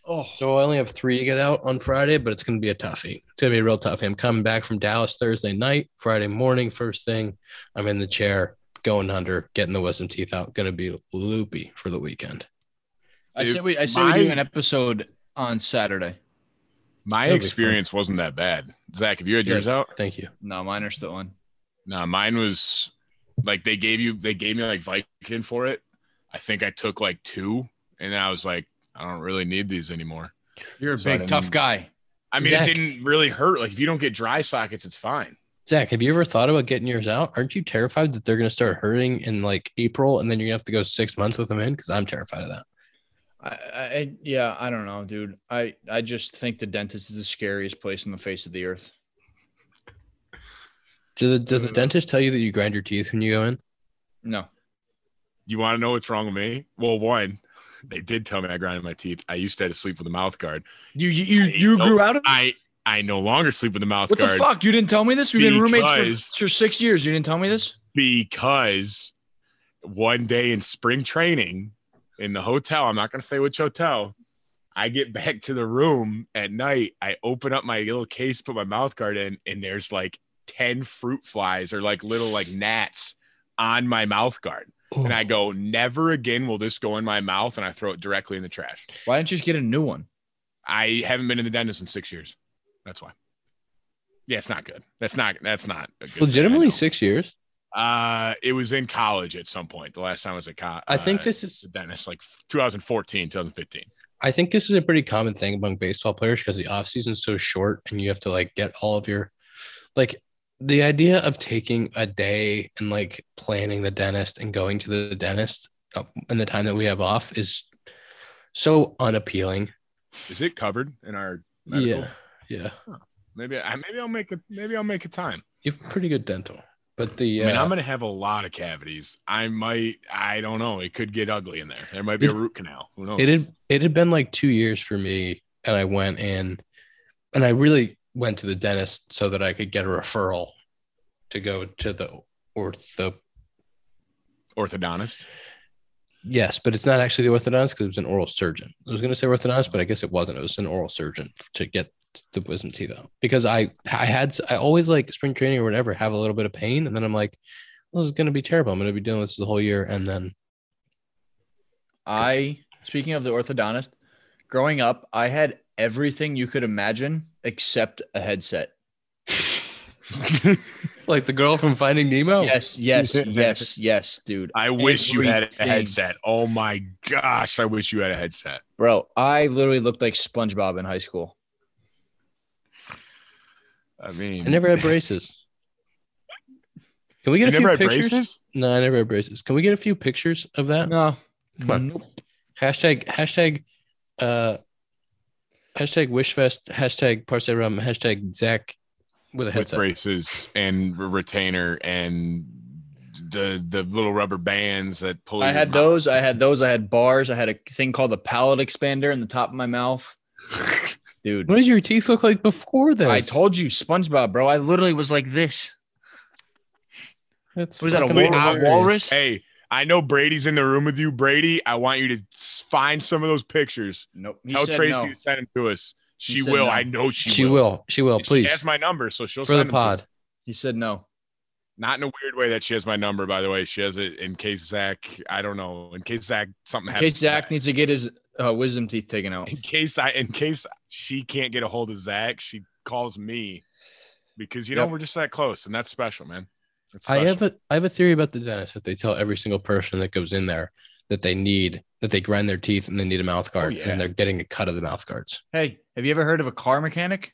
C: Oh,
A: So I only have three to get out on Friday, but it's going to be a toughie. It's going to be a real toughie. I'm coming back from Dallas Thursday night, Friday morning, first thing. I'm in the chair, going under, getting the wisdom teeth out. Going to be loopy for the weekend.
C: I
B: Dude,
C: said we. I said
B: my-
C: we do an episode on Saturday.
B: My
A: That'll be
B: experience wasn't that bad. Zach, have you had yours out?
A: Thank you.
C: No, mine are still on.
B: No, mine was like they gave you they gave me like Vicodin for it. I think I took like two, and then I was like, I don't really need these anymore.
C: You're a
B: So I
C: big tough
B: didn't-
C: guy.
B: I mean,
A: Zach.
B: it didn't really hurt. Like if you don't get dry sockets, it's fine.
A: Zach, have you ever thought about getting yours out? Aren't you terrified that they're going to start hurting in like April and then you're going to have to go six months with them in? Because I'm terrified of that.
C: I, I yeah, I don't know, dude. I I just think the dentist is the scariest place on the face of the earth.
A: Do the, does the dentist tell you that you grind your teeth when you go in?
C: No,
B: You want to know what's wrong with me? Well, one, they did tell me I grinded my teeth. I used to have to sleep with a mouth guard.
C: you you you,
B: I-
C: you grew out of this?
B: I I no longer sleep with a mouth
C: What the
B: guard
C: fuck? You didn't tell me this. We've been roommates
B: Because-
C: for, for six years. You didn't tell me this.
B: because one day in spring training in the hotel, I'm not going to say which hotel, I get back to the room at night. I open up my little case, put my mouth guard in, and there's like 10 fruit flies or like little like gnats on my mouth guard. And I go, never again will this go in my mouth. And I throw it directly in the trash.
C: Why didn't you just get a new one?
B: I haven't been in the dentist in six years. That's why. Yeah, it's not good. That's not, that's not a good
A: legitimately
B: six.
A: six years.
B: Uh, it was in college at some point. The last time I was a co-
A: I think
B: uh,
A: this is
B: the dentist, like 2014, 2015.
A: I think this is a pretty common thing among baseball players because the offseason is so short and you have to like get all of your like the idea of taking a day and like planning the dentist and going to the dentist uh, in the time that we have off is so unappealing.
B: Is it covered in our? Medical?
A: Yeah. Yeah.
B: Maybe I maybe I'll make a maybe I'll make a time.
A: You have pretty good dental. But the
B: I mean,
A: uh,
B: I'm gonna have a lot of cavities. I might. I don't know. It could get ugly in there. There might be
A: It-
B: a root canal. Who knows?
A: it had it had been like two years for me and i went in and i really went to the dentist so that i could get a referral to go to the ortho
B: Orthodontist.
A: yes but it's not actually the orthodontist because it was an oral surgeon i was going to say orthodontist but i guess it wasn't it was an oral surgeon to get the wisdom teeth out because i i had i always like spring training or whatever have a little bit of pain and then i'm like this is going to be terrible i'm going to be dealing with this the whole year and then
C: I speaking of the orthodontist, growing up, I had everything you could imagine except a headset.
A: like the girl from finding nemo
C: Yes, yes, yes, yes, dude.
B: I wish you had a
C: Everything.
B: headset. Oh my gosh! I wish you had a headset.
C: Bro, I literally looked like SpongeBob in high school.
B: I mean,
A: i never had braces Can we
B: You
A: get a
B: never
A: few
B: had
A: pictures?
B: braces?
A: No, I never had braces. Can we get a few pictures of that?
C: No.
A: Come on. Hashtag hashtag uh hashtag wishfest hashtag parse rum hashtag Zach with a
B: with
A: headset.
B: braces and re- retainer and the the little rubber bands that pull.
C: I
B: your
C: had
B: mouth.
C: those. I had those. I had bars. I had a thing called a palate expander in the top of my mouth. Dude,
A: What did your teeth look like before this?
C: I told you, SpongeBob, bro. I literally was like this.
A: That's
C: What is that, a
A: fucking
B: wal-
A: hilarious.
C: walrus?
B: Hey, I know Brady's in the room with you, Brady. I want you to s- find some of those pictures.
C: Nope.
B: Tell Tracy to send them to us.
C: He
B: She
C: said
B: will.
C: no.
B: I know she,
A: She will. She will.
B: And
A: Please
B: She has my number, so she'll
A: for the
B: send them to
A: pod.
C: He said no.
B: Not in a weird way that she has my number, by the way. She has it in case Zach, I don't know, in case Zach something
C: In
B: happens. to
C: case Zach needs to get his uh, wisdom teeth taken out.
B: in case I in case she can't get a hold of Zach, she calls me because you know
C: Yep.
B: we're just that close, and that's special, man. That's
A: I
B: special.
A: have a I have a theory about the dentist that they tell every single person that goes in there that they need that they grind their teeth and they need a mouth guard
B: yeah.
A: and they're getting a cut of the mouth guards.
C: Hey, have you ever heard of a car mechanic?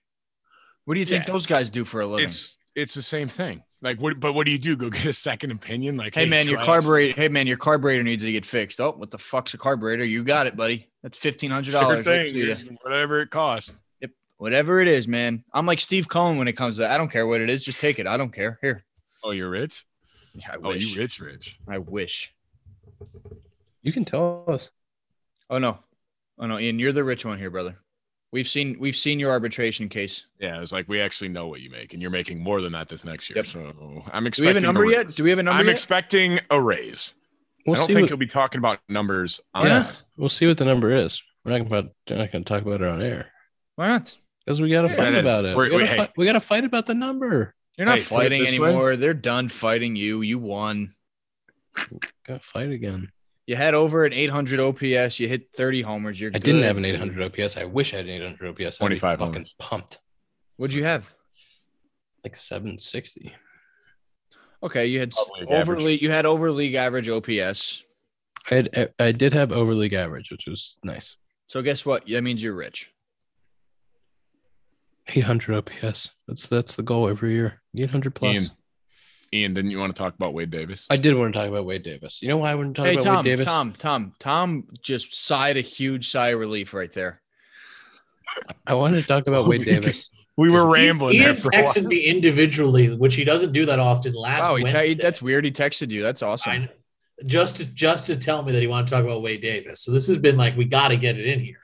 C: What do you think
B: Yeah.
C: those guys do for a living?
B: it's it's the same thing. Like what? But what do you do? Go get a second opinion? Like
C: hey man, your
B: try
C: carburetor. Hey man, your carburetor needs to get fixed. Oh, what the fuck's a carburetor? You got it, buddy. That's fifteen hundred
B: this
C: dollars.
B: sure thing, dude, whatever it costs.
C: Whatever it is, man. I'm like Steve Cohen when it comes to that. I don't care what it is. Just take it. I don't care. Here.
B: Oh, you're rich.
C: Yeah, I
B: Oh,
C: wish.
B: you rich, rich.
C: I wish.
A: You can tell us.
C: Oh no. Oh no, Ian, you're the rich one here, brother. We've seen we've seen your arbitration case.
B: Yeah, it's like we actually know what you make, and you're making more than that this next year.
C: Yep.
B: So I'm
C: Do we have
B: expecting
C: a number
B: raise.
C: yet? Do we have a number
B: I'm
C: yet?
B: expecting a raise.
A: We'll
B: I don't
A: see
B: think
A: what,
B: he'll be talking about numbers. On
C: Why
A: Yeah.
B: that.
C: not?
A: we'll see what the number is. We're not gonna we're not gonna talk about it on air
C: Why not?
A: because we gotta
B: Yeah,
A: fight
B: that is-
A: about it.
B: we're-
A: we, gotta
B: we- hey.
A: fight, we gotta fight about the number.
C: You're not
B: Hey, put it
C: fighting
B: this way.
C: anymore. They're done fighting you. You won.
A: Gotta fight again.
C: You had over an 800 OPS. You hit 30 homers. You're
A: I didn't
C: good.
A: have an 800 OPS. I wish I had an 800 OPS. I'd be
B: 25
A: fucking
B: homers.
A: pumped
C: What'd you have?
A: like 760.
C: Okay, you had s-
B: Above league average.
C: overly. You had over league average OPS.
A: I had, I I did have over league average, which was nice.
C: So guess what? That means you're rich.
A: 800 OPS. That's that's the goal every year. 800 plus.
B: Ian. Ian, didn't you want to talk about Wade Davis?
A: I did want to talk about Wade Davis. You know why I wouldn't talk
C: hey
A: about
C: Tom,
A: Wade Davis?
C: Tom, Tom, Tom just sighed a huge sigh of relief right there.
A: I wanted to talk about Wade
B: Holy
A: Davis.
B: we were
A: Ian-
B: rambling
D: Ian
B: there for a while. Oh,
D: texted me individually, which he doesn't do that often. Last
C: Wow, he
D: Wednesday,
C: te- that's weird. He texted you. That's awesome.
D: I- just to just to tell me that he wanted to talk about Wade Davis. So this has been like we got to get it in here.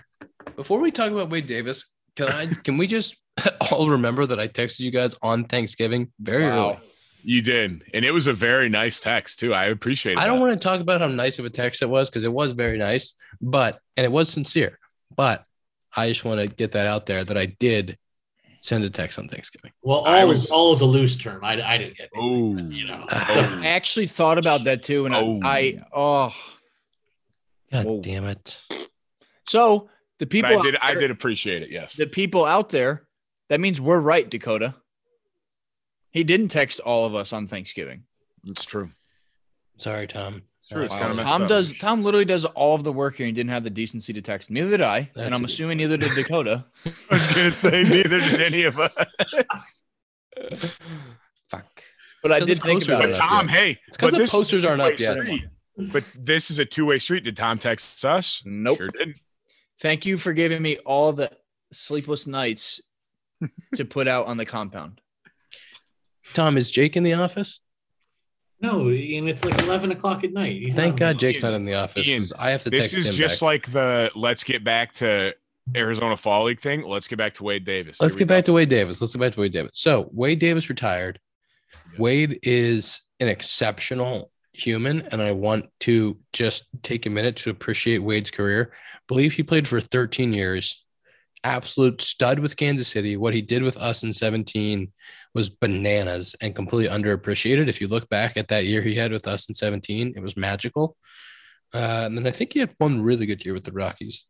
A: Before we talk about Wade Davis, can I can we just all remember that I texted you guys on Thanksgiving very early?
C: Wow.
B: You did, and it was a very nice text too. I appreciate.
A: I don't want to talk about how nice of a text it was because it was very nice, but and it was sincere. But I just want to get that out there that I did send a text on Thanksgiving.
D: Well,
B: I
D: all
B: was-
D: is all is a loose term. I, I didn't get it.
B: Oh,
D: You know,
B: Oh.
C: I actually thought about that too, and
B: Oh.
C: I, I oh.
A: God
C: Whoa.
A: damn it!
C: So the
B: But
C: people
B: I did.
C: out
B: I
C: there-
B: did appreciate it. Yes.
C: the people out there. That means we're right, Dakota. He didn't text all of us on Thanksgiving.
B: It's true.
A: Sorry, Tom.
B: Sure, it's
A: Wow.
B: kinda messed
C: Tom
B: up.
C: does. Tom literally does all of the work here and didn't have the decency to text. Neither did I,
A: That's
C: and
A: a
C: I'm
A: good
C: assuming neither did Dakota.
B: I was gonna say neither did any of us.
A: Fuck.
C: But I
A: Because
C: did
A: it's
C: think
A: closer than
C: about
B: But
C: it.
A: us.
B: Tom, hey,
A: It's because
B: but
A: the
B: this is a
A: posters aren't up
B: two-way
A: yet.
B: street. But this is a two-way street. Did Tom text us?
C: Nope.
B: Sure did.
C: Thank you for giving me all the sleepless nights to put out on the compound.
A: Tom, is Jake in the office?
D: no, and it's like eleven o'clock at night. He's
A: Thank
D: not-
A: God Jake's not in the office because I have to
B: This
A: text
B: is
A: him
B: just
A: back.
B: like the let's get back to Arizona Fall League thing. Let's get back to Wade Davis.
A: Let's
B: Here we
A: get
B: go.
A: back to Wade Davis. Let's get back to Wade Davis. So Wade Davis retired.
B: Yeah.
A: Wade is an exceptional human, and I want to just take a minute to appreciate Wade's career. Believe he played for 13 years. Absolute stud with Kansas City. What he did with us in 17 was bananas and completely underappreciated. If you look back at that year he had with us in 17, it was magical. Uh, and then I think he had one really good year with the Rockies,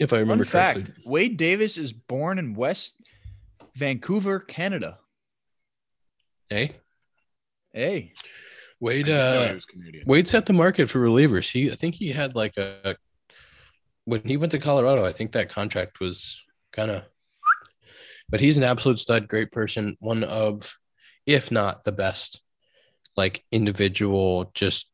A: if I
C: Fun
A: remember correctly.
C: fact: Wade Davis is born in West Vancouver, Canada.
A: Hey,
C: Hey,
B: I
A: Wade.
B: didn't know
A: Uh,
B: he was Canadian.
A: Wade set the market for relievers. He, I think he had like a when he went to Colorado. I think that contract was kind of, but he's an absolute stud, great person, one of, if not the best like individual, just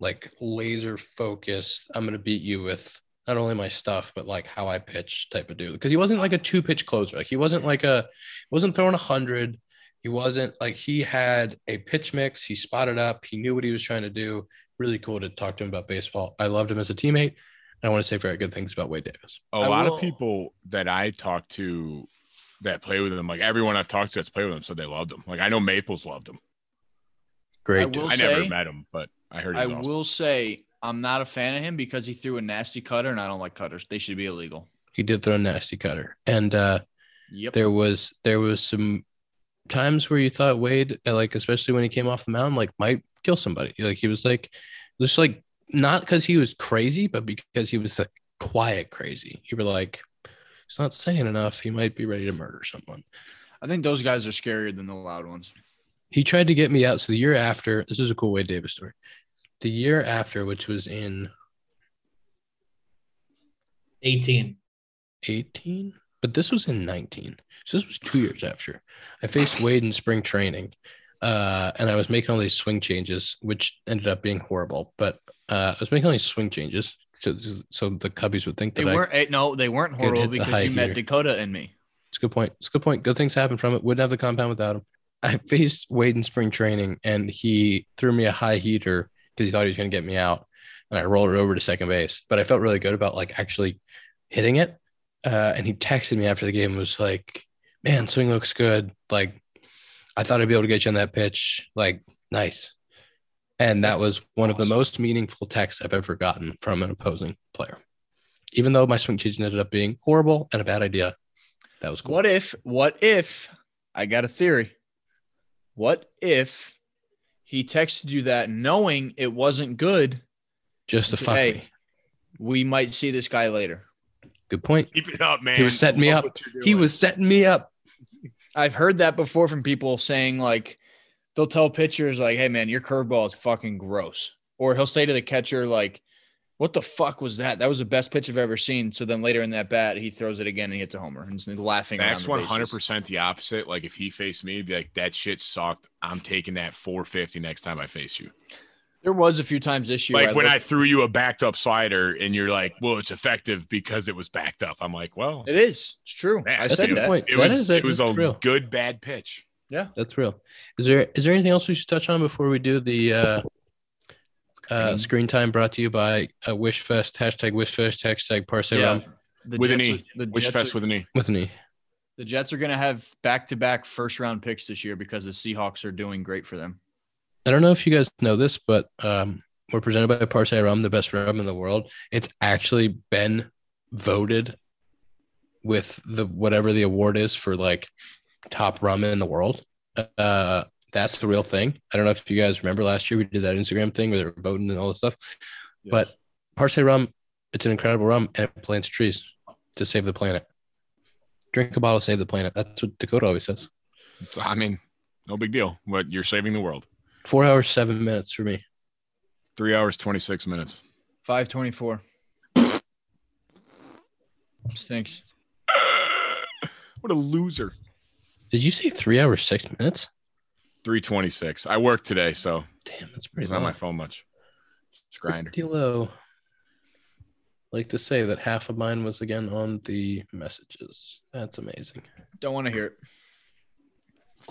A: like laser focused. I'm going to beat you with not only my stuff, but like how I pitch type of dude. Because he wasn't like a two pitch closer. Like he wasn't like a, wasn't throwing a hundred. He wasn't like he had a pitch mix. He spotted up. He knew what he was trying to do. Really cool to talk to him about baseball. I loved him as a teammate. And I want to say very good things about Wade Davis.
B: A
C: I
B: lot
C: will-
B: of people that I talk to that play with him, like everyone I've talked to that's played with him, said they loved him. Like I know Maples loved him.
A: Great.
C: I will-
A: dude.
B: I
C: say-
B: never met him, but I heard he
C: I
B: was awesome.
C: will say I'm not a fan of him because he threw a nasty cutter, and I don't like cutters. They should be illegal.
A: He did throw a nasty cutter. And uh,
C: Yep.
A: there was there was some times where you thought Wade, uh, like especially when he came off the mound, like might kill somebody. Like he was like just like not because he was crazy, but because he was like quiet crazy. You were like, he's not saying enough. He might be ready to murder someone.
C: I think those guys are scarier than the loud ones.
A: He tried to get me out. So the year after, this is a cool Wade Davis story. The year after, which was in
D: 18.
A: 18 but this was in 19 so this was two years after i faced wade in spring training uh, and i was making all these swing changes which ended up being horrible but uh, i was making all these swing changes so, so the cubbies would think
C: They
A: that I,
C: weren't. eh, No, they weren't
A: Dude,
C: horrible
A: hit the
C: because
A: high
C: you met
A: heater.
C: Dakota and me.
A: it's a good point it's a good point good things happen from it wouldn't have the compound without him i faced wade in spring training and he threw me a high heater because he thought he was going to get me out and i rolled it over to second base but i felt really good about like actually hitting it. Uh, and he texted me after the game and was like, "Man, swing looks good. Like, I thought I'd be able to get you on that pitch. Like, nice." And that was one of the most meaningful texts I've ever gotten from an opposing player. Even though my swing change ended up being horrible and a bad idea, that was cool.
C: What if? What if? I got a theory. What if he texted you that knowing it wasn't good?
A: Just to fuck
C: Hey.
A: me.
C: We might see this guy later.
A: Good point.
B: Keep it up, man.
A: was setting me up.
B: Love what you're
A: He
B: doing.
A: was setting me up.
C: I've heard that before from people saying like they'll tell pitchers like, "Hey man, your curveball is fucking gross," or he'll say to the catcher like, "What the fuck was that? That was the best pitch I've ever seen." So then later in that bat, he throws it again and hits a homer and he's laughing. around
B: Zach's
C: the
B: one hundred
C: bases.
B: percent the opposite. Like if he faced me, he'd be like, "That shit sucked. I'm taking that 450 next time I face you."
C: There was a few times this year.
B: Like when I
C: looked-
B: threw you a backed up slider, and you're like, "Well, it's effective because it was backed up." I'm like, "Well,
C: it is. It's true.
B: man,
C: I
A: That's a
C: said
B: it,
A: good
C: that.
A: point.
B: It
A: That
B: was
A: is it.
B: it was
A: That's
B: a
A: real.
B: good bad pitch."
A: That's real. Is there is there anything else we should touch on before we do the uh, uh,
C: mean-
A: screen time? Brought to you by uh, Wishfest hashtag Wishfest hashtag Parse
C: Yeah.
A: Rum
C: The
B: With an
C: Jets
B: E.
C: are- the
B: Which
C: Jets
B: fest
C: are-
B: with an E?
A: with an E.
C: the Jets are going to have back-to-back first-round picks this year because the Seahawks are doing great for them.
A: I don't know if you guys know this, but um, we're presented by Parse Rum, the best rum in the world. It's actually been voted with the whatever the award is for like top rum in the world. Uh, that's the real thing. I don't know if you guys remember last year we did that Instagram thing where they were voting and all this stuff. But Parse rum, it's an incredible rum and it plants trees to save the planet. Drink a bottle, save the planet. That's what Dakota always says.
B: So, I mean, no big deal. But you're saving the world.
A: Four hours, seven minutes for me.
B: Three hours, twenty six minutes.
C: 524. Stinks.
B: What a loser.
A: Did you say three hours, six minutes?
B: Three twenty six. I worked today, so
A: Damn, that's pretty
B: it's
A: low.
B: on my phone much. It's grinder.
A: Pretty low. Like to say that half of mine was again on the messages. That's amazing.
C: Don't want to hear it.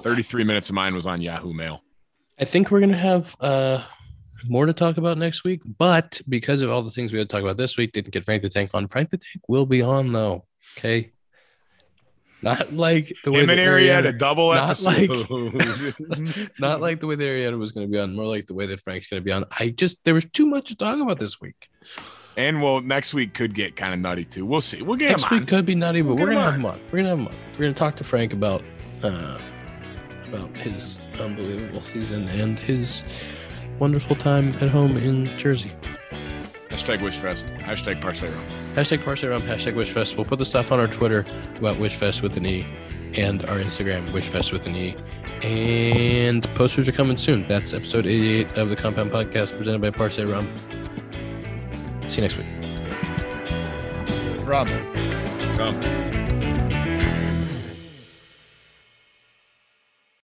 B: Thirty three minutes of mine was on Yahoo Mail.
A: I think we're gonna have uh more to talk about next week, but because of all the things we had to talk about this week, didn't get Frank the Tank on. Frank the Tank will be on though. Okay. Not like the way
B: Him and
A: that
B: Arietta, double
A: not
B: episode.
A: not like the way that Arietta was gonna be on, more like the way that Frank's gonna be on. I just there was too much to talk about this week.
B: and well, next week could get kind of nutty too. We'll see. We'll get
A: Next
B: him on.
A: week could be nutty, but
B: Get
A: we're
B: him
A: gonna
B: on.
A: have him on. We're gonna have him on. We're gonna talk to Frank about uh, about his unbelievable season and his wonderful time at home in Jersey.
B: Hashtag Wishfest. Hashtag Parsley Room.
A: Hashtag Parsley Rum, hashtag Wishfest. We'll put the stuff on our Twitter about Wishfest with an E and our Instagram, Wishfest with an E. And posters are coming soon. That's episode 88 of the Compound Podcast presented by Parsley Rum. See you next week.
C: Rob.
B: Come.